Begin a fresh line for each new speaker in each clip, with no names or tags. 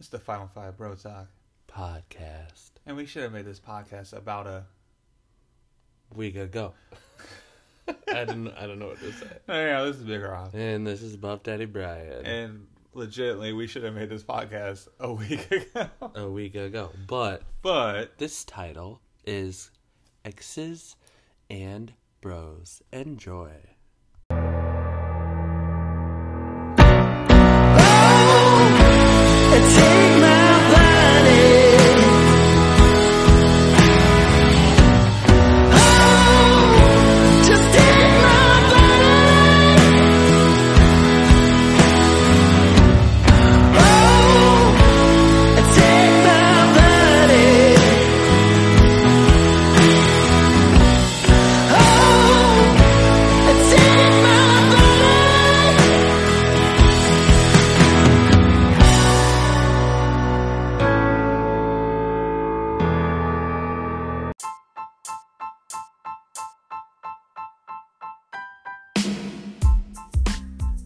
It's the Final Five Bro Talk.
podcast
And we should have made this podcast about a.
week ago. I didn't. I don't know what to say.
No, no, no, this is Big Rob.
And this is Buff Daddy Brian.
And legitimately, we should have made this podcast a week ago.
a week ago, but
But
this title is Exes and Bros. Enjoy.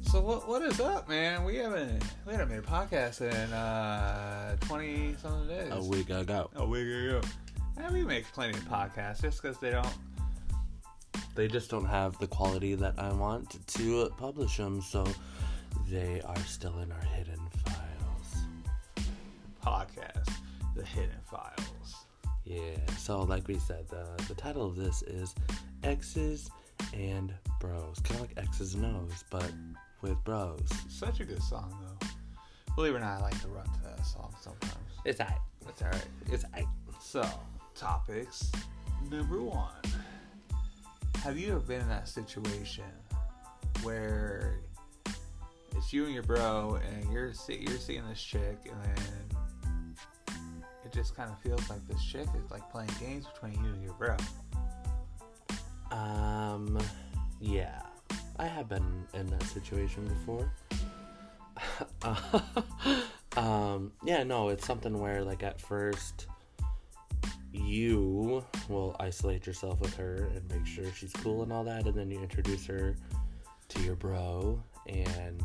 so what? What is up, man? We haven't we haven't made a podcast in uh twenty something days.
A week ago,
A week ago. And we make plenty of podcasts just because they don't.
they just don't have the quality that I want to publish them, so they are still in our hidden files.
Podcast the hidden files.
Yeah. So, like we said, the the title of this is Exes and Bros. Kind of like X's and O's, but with bros.
Such a good song though. Believe it or not, I like to run to that song sometimes.
It's I.
That's all right.
It's I.
So, topics number one. Have you ever been in that situation where it's you and your bro, and you're see- you're seeing this chick, and then it just kind of feels like this chick is like playing games between you and your bro?
Um. Yeah. I have been in that situation before. um. Yeah. No. It's something where, like, at first. You will isolate yourself with her and make sure she's cool and all that, and then you introduce her to your bro and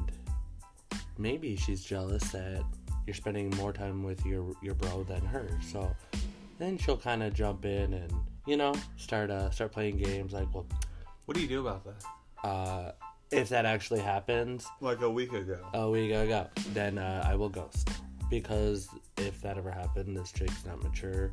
maybe she's jealous that you're spending more time with your your bro than her so then she'll kind of jump in and you know start uh start playing games like well
What do you do about that?
uh if that actually happens
Like a week ago.
oh we gotta go then uh, i will ghost because if that ever happened this chick's not mature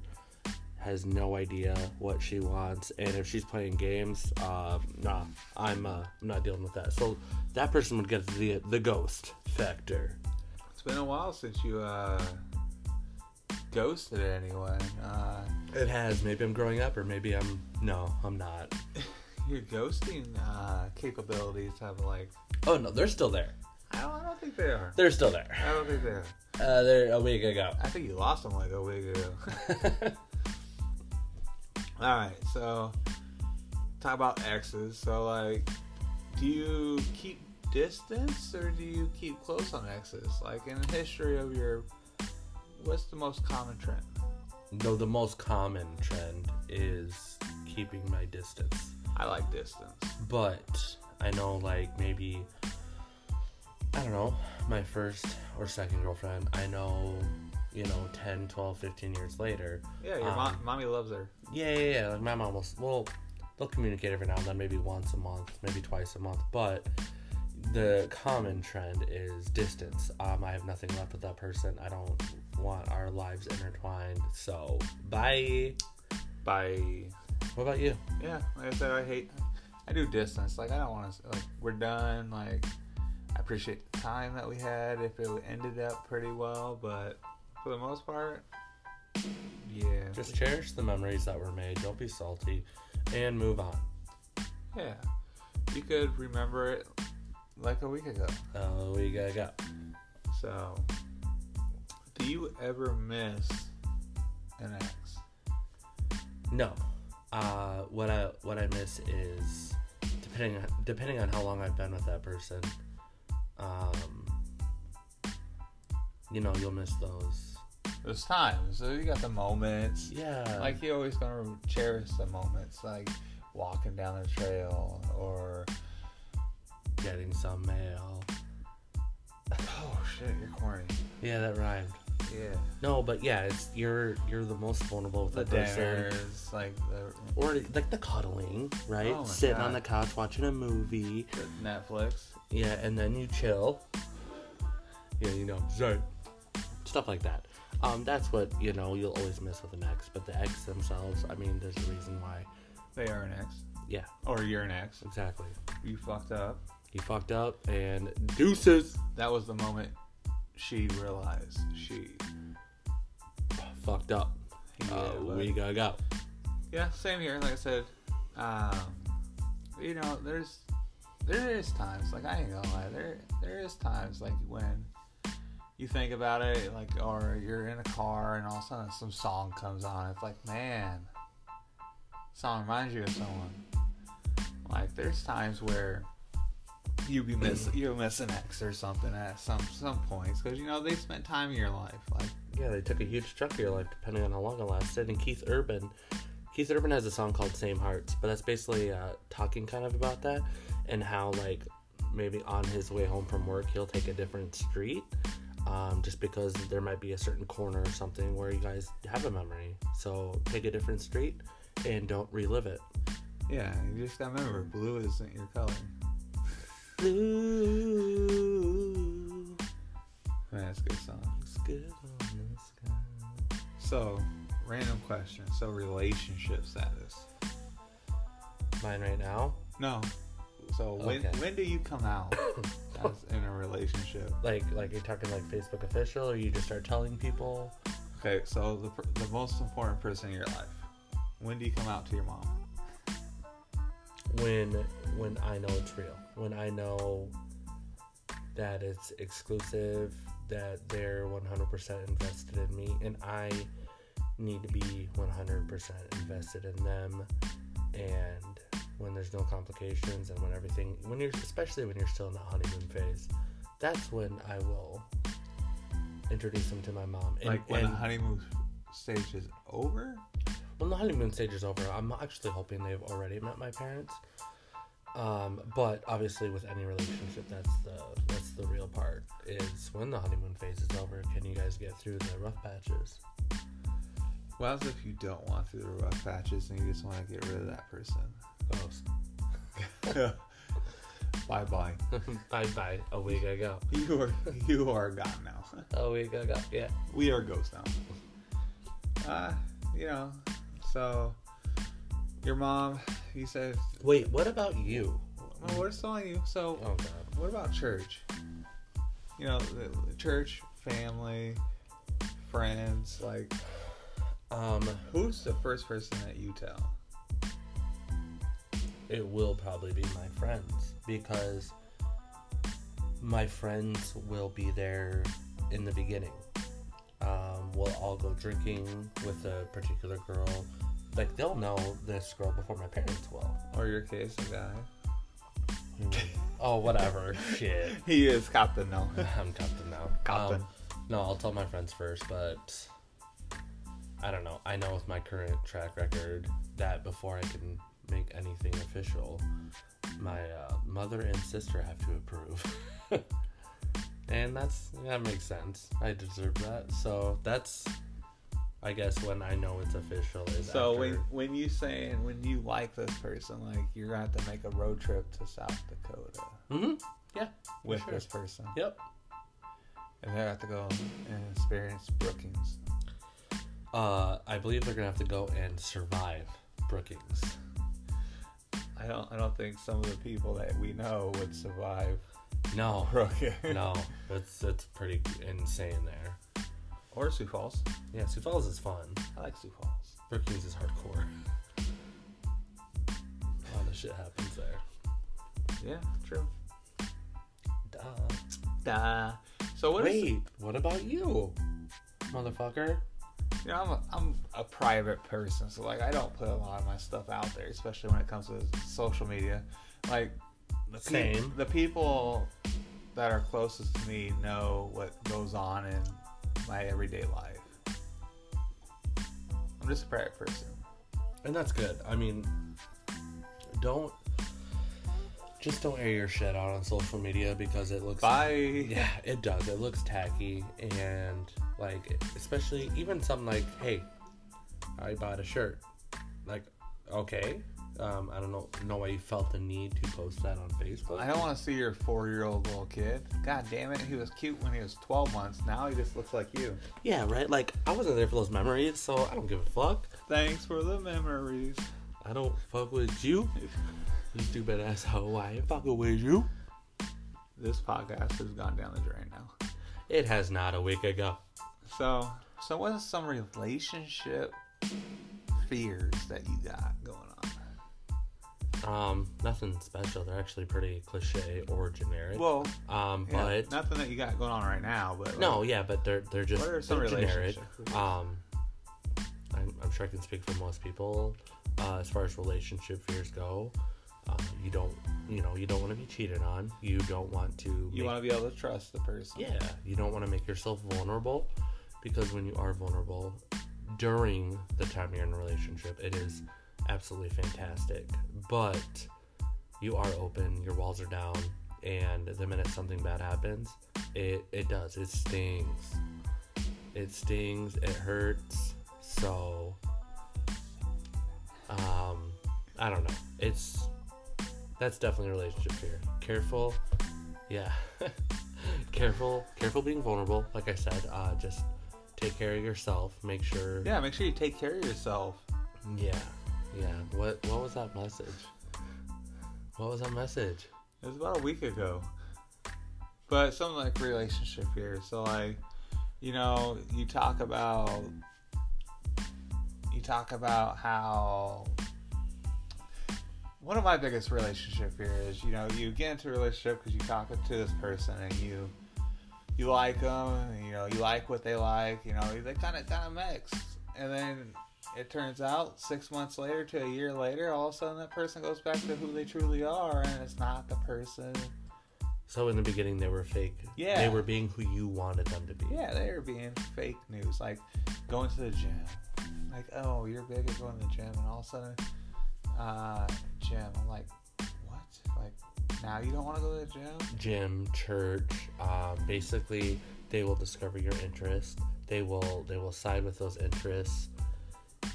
has no idea what she wants and if she's playing games uh nah i'm uh i'm not dealing with that so that person would get the the ghost factor
It's been a while since you uh, ghosted anyone. Uh,
It has. Maybe I'm growing up, or maybe I'm. No, I'm not.
your ghosting uh, capabilities have like
Oh no, they're still there.
I don't, I don't think they are.
They're still there.
I don't think they are.
Uh, they're a week ago.
I think you lost them like a week ago. All right, so talk about exes. So like, do you keep distance or do you keep close on exes? Like in the history of your, what's the most common trend?
Though the most common trend is keeping my distance,
I like distance.
but I know like maybe I don't know my first or second girlfriend. I know you know 10, 12, 15 years later.
Yeah, your
Um,
mom, mommy loves her.
Yeah, yeah, yeah. Like my mom will. Well, they'll communicate every now and then, maybe once a month, maybe twice a month. But the common trend is distance. Um, I have nothing left with that person. I don't want our lives intertwined. So bye.
By
What about you?
yeah, like I said, I hate. I do distance. Like I don't want to. Like we're done. Like I appreciate the time that we had. If it ended up pretty well, but for the most part, yeah,
Just cherish the memories that were made. Don't be salty, and move on.
yeah. You could remember it like a week ago.
Uh, we gotta go.
So, do you ever miss an ex?
No. Uh, what I what I miss is depending depending on how long I've been with that person. Um, you know, you'll miss those.
There's times. So you got the moments.
Yeah.
Like you're always gonna cherish the moments, like walking down the trail or
getting some mail.
Oh shit, you're corny.
Yeah, that rhymed.
Yeah.
No, but yeah, it's you're you're the most vulnerable with
The
that person.
dinners, like the,
Or like the cuddling, right?
Oh my
Sitting on
God.
the couch watching a movie.
the Netflix.
Yeah, and then you chill. Yeah, you know, zen. stuff like that. Um, that's what you know you'll always miss with an ex. But the ex themselves, I mean, there's a reason why.
They are an ex.
Yeah,
Or you're an ex.
exactly.
You fucked up.
You fucked up and deuces.
That was the moment she realized she.
Fucked up.
Yeah,
uh,
but-
we gotta go.
Yeah, same here. Like I said, um, you know, there's there is times like I ain't gonna lie. There there is times like when you think about it, like or you're in a car and all of a sudden some song comes on. It's like man, song reminds you of someone. Like there's times where you be miss you miss an ex or something at some some points because you know they spent time in your life. Like
Yeah, they took a huge chunk of your life, depending on how long it lasted. And Keith Urban, Keith Urban has a song called "Same Hearts," but that's basically uh, talking kind of about that and how like maybe on his way home from work he'll take a different street, um, just because there might be a certain corner or something where you guys have a memory. So take a different street and don't relive it.
yeah, you just gotta remember blue isn't your color.
Blue,
Man, that's a good song.
looks good on the sky.
So, random question. So, relationship status.
Mine right now,
No. So when
Okay.
when do you come out as in a relationship?
like like you're talking like Facebook official, or you just start telling people.
Okay. So the per- the most important person in your life. When do you come out to your mom?
when when I know it's real, when I know that it's exclusive, that they're 100% invested in me, and I need to be 100% invested in them, and when there's no complications, and when everything, when you're especially when you're still in the honeymoon phase, that's when I will introduce them to my mom. And,
like when
and-
the honeymoon stage is over?
when the honeymoon stage is over, I'm actually hoping they've already met my parents. Um, but obviously, with any relationship, that's the that's the real part. Is when the honeymoon phase is over, can you guys get through the rough patches?
Well, as if you don't want through the rough patches and you just want to get rid of that person.
Oh,
bye bye.
bye bye. A week ago.
You are you are gone now.
A week ago. Yeah.
we are ghost now. Uh, you know, so your mom, he said,
Wait. What about you?
well, we're still on you. So,
Oh God.
what about church? You know, the, the church, family, friends, like,
Um,
who's the first person that you tell?
it will probably be my friends because my friends will be there in the beginning. Um, we'll all go drinking with a particular girl. Like they'll know this girl before my parents will.
Or your case, a guy?
oh, whatever. Shit.
He is captain now.
I'm captain now.
Captain.
Um, no, I'll tell my friends first, but I don't know. I know with my current track record that before I can make anything official, my uh, mother and sister have to approve. and that's that makes sense. I deserve that. So that's I guess when I know it's official is
so
after-
when when you saying when you like this person, like you're gonna have to make a road trip to South Dakota
Mhm. Yeah. for
with
sure.
this person.
Yep.
And they have to go and experience Brookings.
Uh, I believe they're gonna have to go and survive Brookings.
I don't I don't think some of the people that we know would survive
No.
Brookings.
no, it's it's pretty insane there.
Or Sioux Falls.
Yeah, Sioux Falls is fun.
I like Sioux Falls.
Brookings is hardcore. A lot of shit happens there.
Yeah, true.
Duh.
Duh. So what is?
Wait, what about you, motherfucker?
you know, I'm a, I'm a private person, so like I don't put a lot of my stuff out there, especially when it comes to social media. Like the peop-
Same.
the people that are closest to me know what goes on in my everyday life. I'm just a private person.
And that's good. I mean, don't Just don't air your shit out on social media because it looks
Bye.
Yeah, it does. It looks tacky and like especially even some like, hey, I bought a shirt. Like, okay. Um, I don't know know why you felt the need to post that on Facebook.
I don't want to see your four year old little kid. God damn it, he was cute when he was 12 months. Now he just looks like you.
Yeah, right? Like I wasn't there for those memories, so I don't give a fuck.
Thanks for the memories.
I don't fuck with you. You stupid asshole. I ain't fucking with you.
This podcast has gone down the drain now.
It has not a week ago.
So, so what are some relationship fears that you got going on?
Um, nothing special. They're actually pretty cliche or generic.
Well,
um,
yeah,
but
nothing that you got going on right now, but like,
no, yeah, but they're they're just
What are some
they're generic.
relationships?
Um, I'm, I'm sure I can speak for most people uh, as far as relationship fears go. Uh, you don't, you know, you don't want to be cheated on. You don't want to.
you
make-
want to be able to trust the person.
Yeah, you don't want to make yourself vulnerable because when you are vulnerable during the time you're in a relationship, it is absolutely fantastic. But you are open, your walls are down, and the minute something bad happens, it, it does. It stings. It stings, it hurts. So, um, I don't know. It's that's definitely a relationship fear. Careful, yeah. careful, careful being vulnerable. Like I said, uh, just take care of yourself. Make sure.
Yeah, make sure you take care of yourself.
Yeah. Yeah. What What was that message? What was that message?
It was about a week ago. But something like relationship here. So like, you know, you talk about you talk about how one of my biggest relationship fear is, you know, you get into a relationship because you talk to this person and you you like them, you know, you like what they like, you know, they kind of kind of mix, and then it turns out six months later to a year later, all of a sudden that person goes back to who they truly are, and it's not the person.
So in the beginning they were fake.
Yeah.
They were being who you wanted them to be.
Yeah, they are being fake news, like going to the gym, like oh you're big at going to the gym, and all of a sudden, uh, gym, I'm like, what? Like now you don't want to go to the gym?
Gym, church. Um, basically, they will discover your interest. They will they will side with those interests,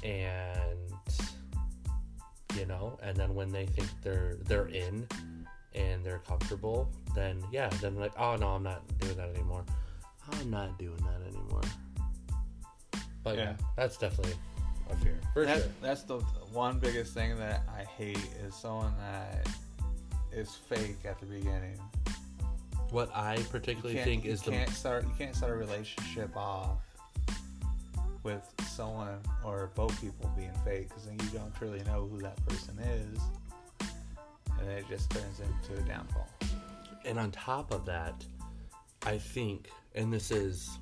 and you know. And then when they think they're they're in, and they're comfortable, then yeah, then like oh no, I'm not doing that anymore. I'm not doing that anymore. But yeah,
Yeah.
that's definitely a fear for
That-
sure.
That's the one biggest thing that I hate is someone that is fake at the beginning.
What I particularly think
you
is the
can't start you can't start a relationship off with someone or both people being fake because then you don't truly know who that person is, and it just turns into a downfall.
and on top of that, I think, and this is,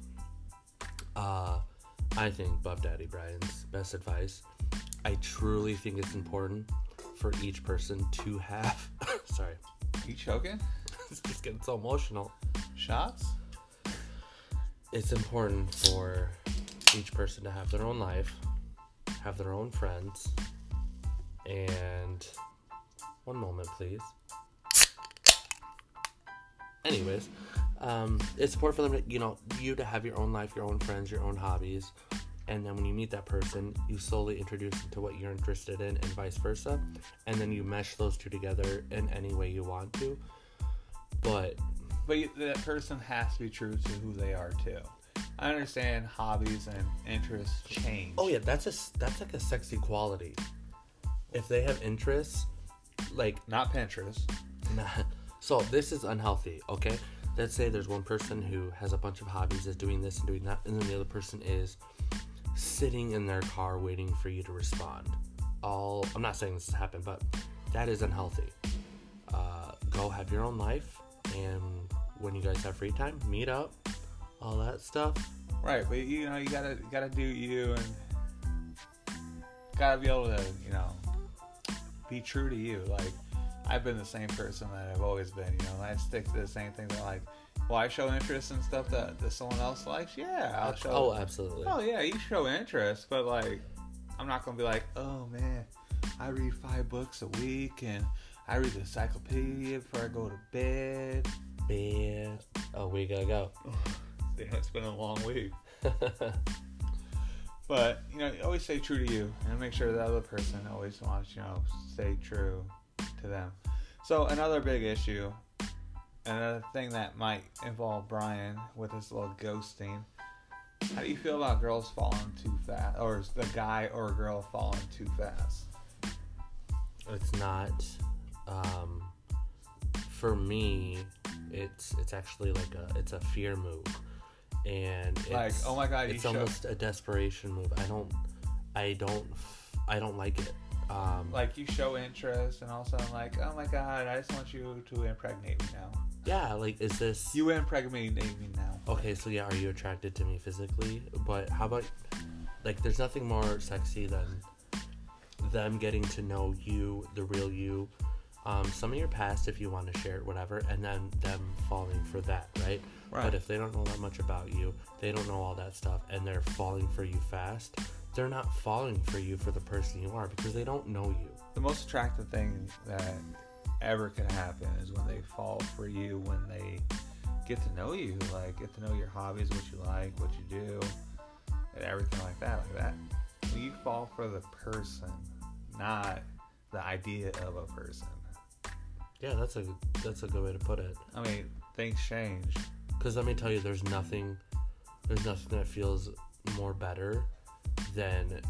uh, I think Buff Daddy Brian's best advice. I truly think it's important for each person to have. sorry,
You choking?
it's just getting so emotional.
Shots?
It's important for each person to have their own life, have their own friends, and one moment, please. Anyways, um, it's important for them to, you know, you to have your own life, your own friends, your own hobbies, and then when you meet that person, you slowly introduce them to what you're interested in, and vice versa, and then you mesh those two together in any way you want to. But
But you- that person has to be true to who they are too. I understand hobbies and interests change.
Oh yeah, that's a s- that's like a sexy quality. If they have interests, like
Not Pinterest.
nah. so this is unhealthy. Okay, let's say there's one person who has a bunch of hobbies, is doing this and doing that, and then the other person is sitting in their car waiting for you to respond. All I'm not saying this has happened, but that is unhealthy. Uh, go have your own life, and when you guys have free time, meet up, all that stuff.
Right, but you know, you gotta you gotta do you and gotta be able to, you know, be true to you. Like I've been the same person that I've always been, you know, I stick to the same thing that like well I show interest in stuff that, that someone else likes, yeah, I'll show
Oh, absolutely.
Oh yeah, you show interest, but like I'm not gonna be like, Oh man, I read five books a week and I read the encyclopedia before I go to bed.
Man, a week ago.
Damn, it's been a long week. But you know, always stay true to you, and make sure the other person always wants you know stay true to them. So another big issue, another thing that might involve Brian with his little ghosting. How do you feel about girls falling too fast, or is the guy or girl falling too fast?
it's not. Um, for me, it's it's actually like a it's a fear move, and it's,
Like, oh my God, you
it's
should-
almost a desperation move. I don't, I don't, f- I don't like it. Um,
Like you show interest, and all of a sudden, like, oh my god, I just want you to impregnate me now.
yeah, like is this
You impregnate me now.
okay so yeah are you attracted to me physically but how about like there's nothing more sexy than them getting to know you the real you um, some of your past if you want to share it whatever and then them falling for that right?
Right.
but if they don't know that much about you they don't know all that stuff and they're falling for you fast they're not falling for you for the person you are because they don't know you
The most attractive thing that ever could happen is when they fall for you, when they get to know you, like get to know your hobbies, what you like, what you do, and everything like that. Like that, when you fall for the person, not the idea of a person.
yeah that's a that's a good way to put it
I mean, things change.
Because let me tell you, there's nothing, there's nothing that feels more better than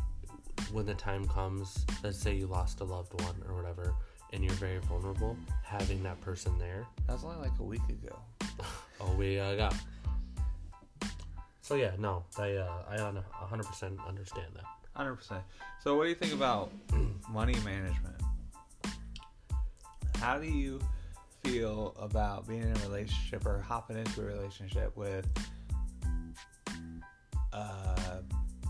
when the time comes. Let's say you lost a loved one or whatever, and you're very vulnerable. Having that person there,
That was only like a week ago.
oh we uh, got. So yeah, no, I uh, I un- 100% understand that.
Hundred percent. So, what do you think about money management? How do you feel about being in a relationship or hopping into a relationship with a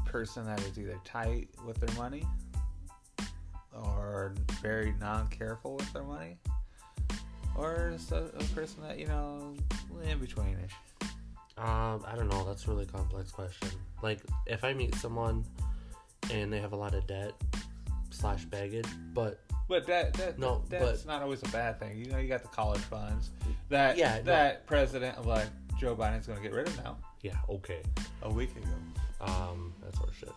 person that is either tight with their money or very non-careful with their money, or just a, a person that you know in betweenish?
Um, I don't know. That's a really complex question. Like, if I meet someone and they have a lot of debt slash baggage, but
But that that
No,
that's
but-
not always a bad thing. You know, you got the college funds that
Yeah, no.
that president elect Joe Biden's going to get rid of now.
yeah, okay.
A week ago,
um, that sort of shit.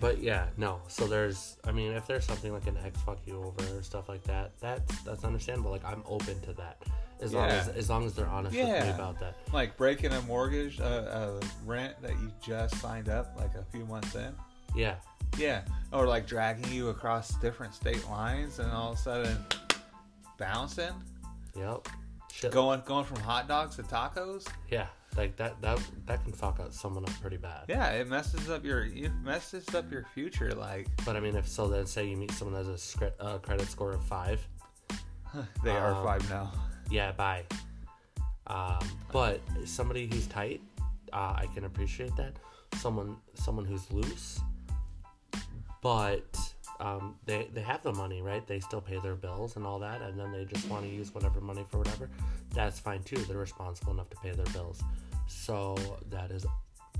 But yeah, no. So there's, I mean, if there's something like an ex fuck you over or stuff like that, that's that's understandable. Like I'm open to that, as long as
Yeah.
as long as they're honest with me
Yeah.
about that.
like breaking a mortgage, a, a rent that you just signed up, like a few months in.
Yeah,
Yeah, or like dragging you across different state lines, and all of a sudden bouncing,
yep. Shit.
going going from hot dogs to tacos.
Yeah, like that that that can fuck up someone up pretty bad.
Yeah, it messes up your it messes up your future. Like
But I mean, if so, then say you meet someone that has a scre- uh, credit score of five.
they are
Um,
five now.
Yeah, bye. Um, but somebody who's tight, uh, I can appreciate that. Someone, someone who's loose, but um, they they have the money, right? They still pay their bills and all that, and then they just want to use whatever money for whatever. That's fine too. They're responsible enough to pay their bills, so that is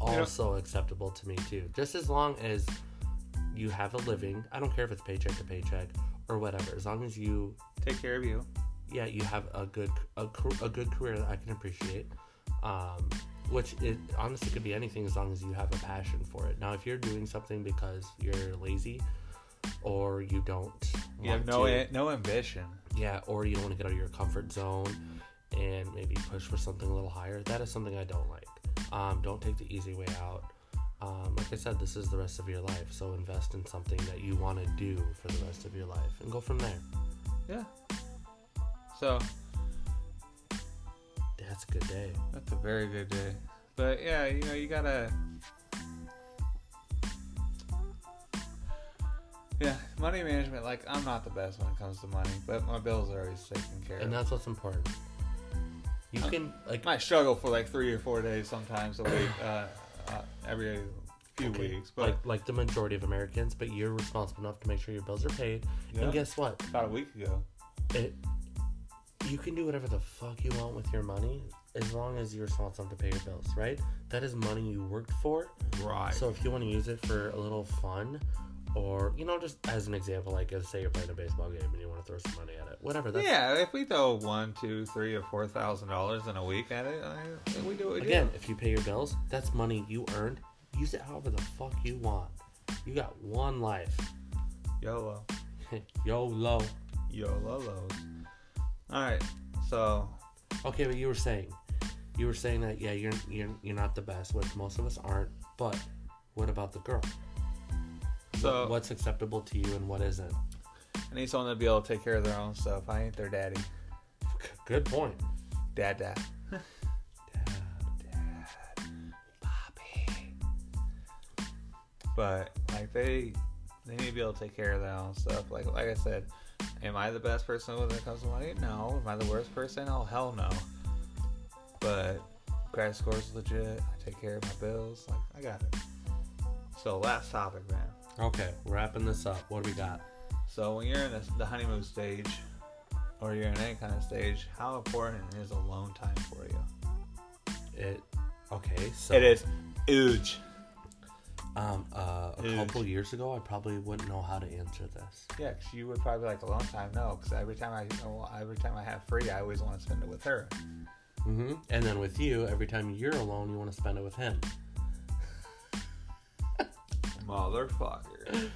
also acceptable to me too. Just as long as you have a living, I don't care if it's paycheck to paycheck or whatever. As long as you
Take care of you.
yeah, you have a good a, car- a good career that I can appreciate. Um, which it honestly could be anything as long as you have a passion for it. Now, if you're doing something because you're lazy or you don't,
You have
want
no
to-
no ambition.
yeah, or you don't want to get out of your comfort zone and maybe push for something a little higher. That is something I don't like. Um, don't take the easy way out. Um, like I said, this is the rest of your life, so invest in something that you want to do for the rest of your life and go from there.
Yeah. So
That's a good day.
that's a very good day. But yeah, you know, you gotta. Yeah, money management. Like, I'm not the best when it comes to money, but my bills are always taken care
and
of.
that's what's important. You
Uh,
can like
Might struggle for like three or four days sometimes a week, uh, uh, every few
okay,
weeks. But
like like the majority of Americans, but you're responsible enough to make sure your bills are paid.
Yeah.
And guess what?
about a week ago,
It you can do whatever the fuck you want with your money as long as you're responsible enough to pay your bills, right? That is money you worked for.
right?
So if you want to use it for a little fun Or, you know, just as an example, like if say you're playing a baseball game and you want to throw some money at it. Whatever. That's,
yeah, if we throw one, two, three, or four thousand dollars in a week at it, I, we do it
Again, if you pay your bills, that's money you earned. Use it however the fuck you want. You got one life.
YOLO.
YOLO.
YOLOs. All right. So
Okay, but you were saying, you were saying that yeah, you're you're you're not the best, which most of us aren't. But what about the girl?
so
What's acceptable to you and what isn't?
I need someone to be able to take care of their own stuff. I ain't their daddy.
G- Good point.
Dad, dad.
Dad.
Bobby. But like they, they need to be able to take care of their own stuff. Like like I said, am I the best person when it comes to money? No. Am I the worst person? Oh hell no. But credit score's legit. I take care of my bills. Like I got it. So last topic, man.
Okay, wrapping this up. What do we got?
So when you're in this, the honeymoon stage, or you're in any kind of stage, how important is alone time for you?
It. Okay, so
It is huge.
um uh, a
Huge.
couple years ago, I probably wouldn't know how to answer this.
Yeah, 'cause you would probably be like alone time. No, because every time I oh, every time I have free, I always want to spend it with her.
hmm And then with you, every time you're alone, you want to spend it with him.
Motherfucker.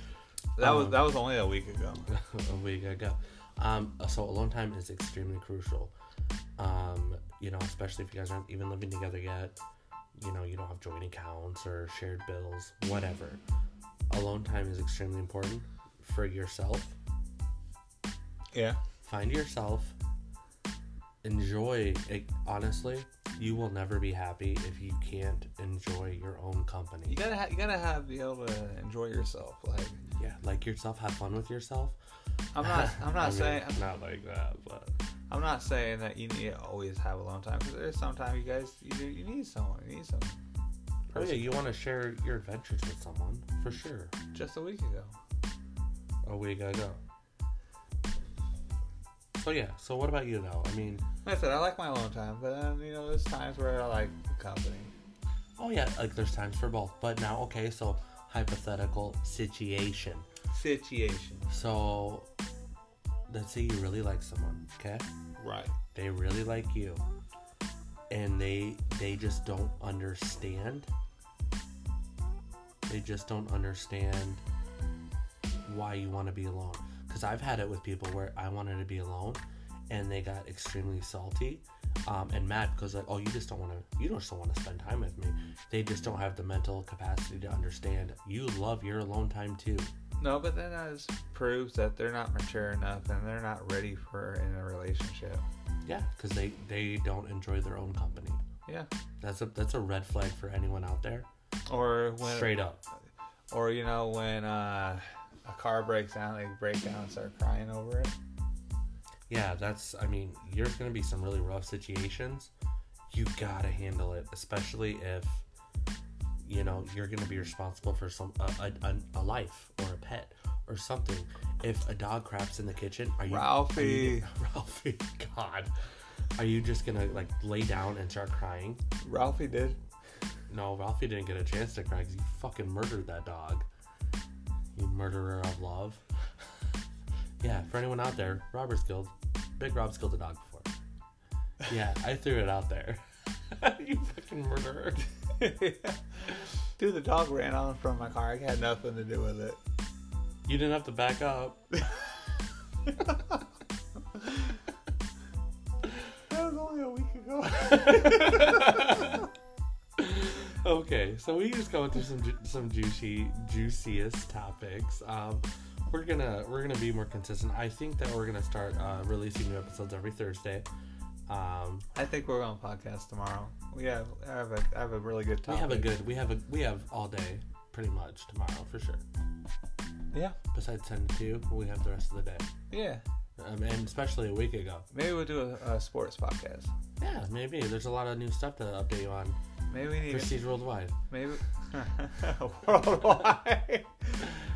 That
Um,
was that was only a week ago.
a week ago. Um, so alone time is extremely crucial. Um, you know, especially if you guys aren't even living together yet. You know, you don't have joint accounts or shared bills, whatever. Alone time is extremely important for yourself.
Yeah.
Find yourself. Enjoy. It, honestly, you will never be happy if you can't enjoy your own company.
You gotta ha- you gotta have be able to enjoy yourself. Like
Yeah, like yourself. Have fun with yourself.
I'm not I'm not
I mean,
saying
not like that, but
I'm not saying that you need to always have alone time because there's sometimes you guys you, do- you need someone you need someone.
Oh yeah, you want to share your adventures with someone for sure.
Just a week ago.
A week ago. So yeah. So what about you though? I mean,
Like I said, I like my alone time, but then you know there's times where I like company.
oh yeah, like there's times for both. But now, okay, so hypothetical situation.
Situation.
So let's say you really like someone, okay?
Right.
They really like you, and they they just don't understand. They just don't understand why you want to be alone. Because I've had it with people where I wanted to be alone, and they got extremely salty um, and mad because like, oh, you just don't want to, you don't just want to spend time with me. They just don't have the mental capacity to understand. You love your alone time too.
No, but then that just proves that they're not mature enough and they're not ready for in a relationship.
Yeah, because they they don't enjoy their own company.
Yeah.
That's a that's a red flag for anyone out there.
Or when
Straight up.
or you know when uh, a car breaks down, they break down and start crying over it.
Yeah, that's. I mean, there's gonna be some really rough situations. You gotta handle it, especially if you know you're gonna be responsible for some a, a, a- a life or a pet or something. If a dog craps in the kitchen, are you Are you,
Ralphie.
Ralphie, God, are you just gonna like lay down and start crying?
Ralphie did.
No, Ralphie didn't get a chance to cry because you fucking murdered that dog. You murderer of love. yeah, for anyone out there, Robert's killed. Big Rob's killed a dog before. Yeah, I threw it out there. you fucking murderer.
Dude, the dog ran on from my car. I had nothing to do with it.
You didn't have to back up.
That was only a week ago.
Okay, so we just going through some ju- some juicy juiciest topics. Um, we're gonna we're gonna be more consistent. I think that we're gonna start uh, releasing new episodes every Thursday. Um,
I think we're going to podcast tomorrow. We have I have a, I have a really good
We
topic.
have a good. We have a. We have all day, pretty much tomorrow for sure.
yeah
Besides ten to two, we have the rest of the day,
yeah.
um, and especially a week ago.
Maybe we'll do a, a sports podcast.
Yeah, maybe there's a lot of new stuff to update you on.
Maybe we need
Prestige worldwide.
Maybe worldwide.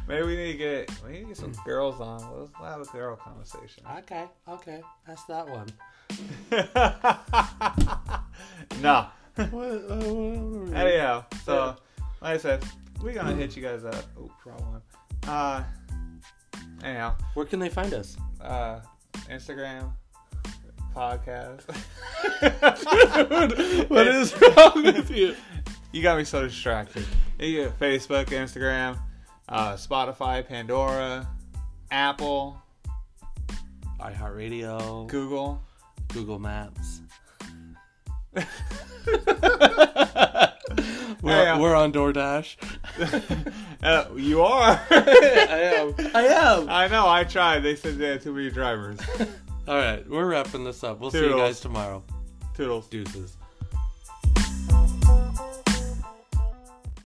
Maybe we need to get we need to get some girls on. Let's have a girl conversation.
Okay, okay, that's that one.
no.
What-
Anyhow, so like I said, we're gonna hit you guys up. Oop, wrong one. Uh, anyhow,
Where can they find us?
uh, Instagram, podcast.
what is wrong with you?
You got me so distracted. Yeah, Facebook, Instagram, uh, Spotify, Pandora, Apple,
iHeartRadio,
Google.
Google Maps.
Uh,
We're,
Hey, uh,
we're on DoorDash.
Uh, you are.
I am. I am.
I know. I tried. They said they had too many drivers.
All right, we're wrapping this up. We'll see you
Toodles.
guys tomorrow.
Toodles.
Deuces.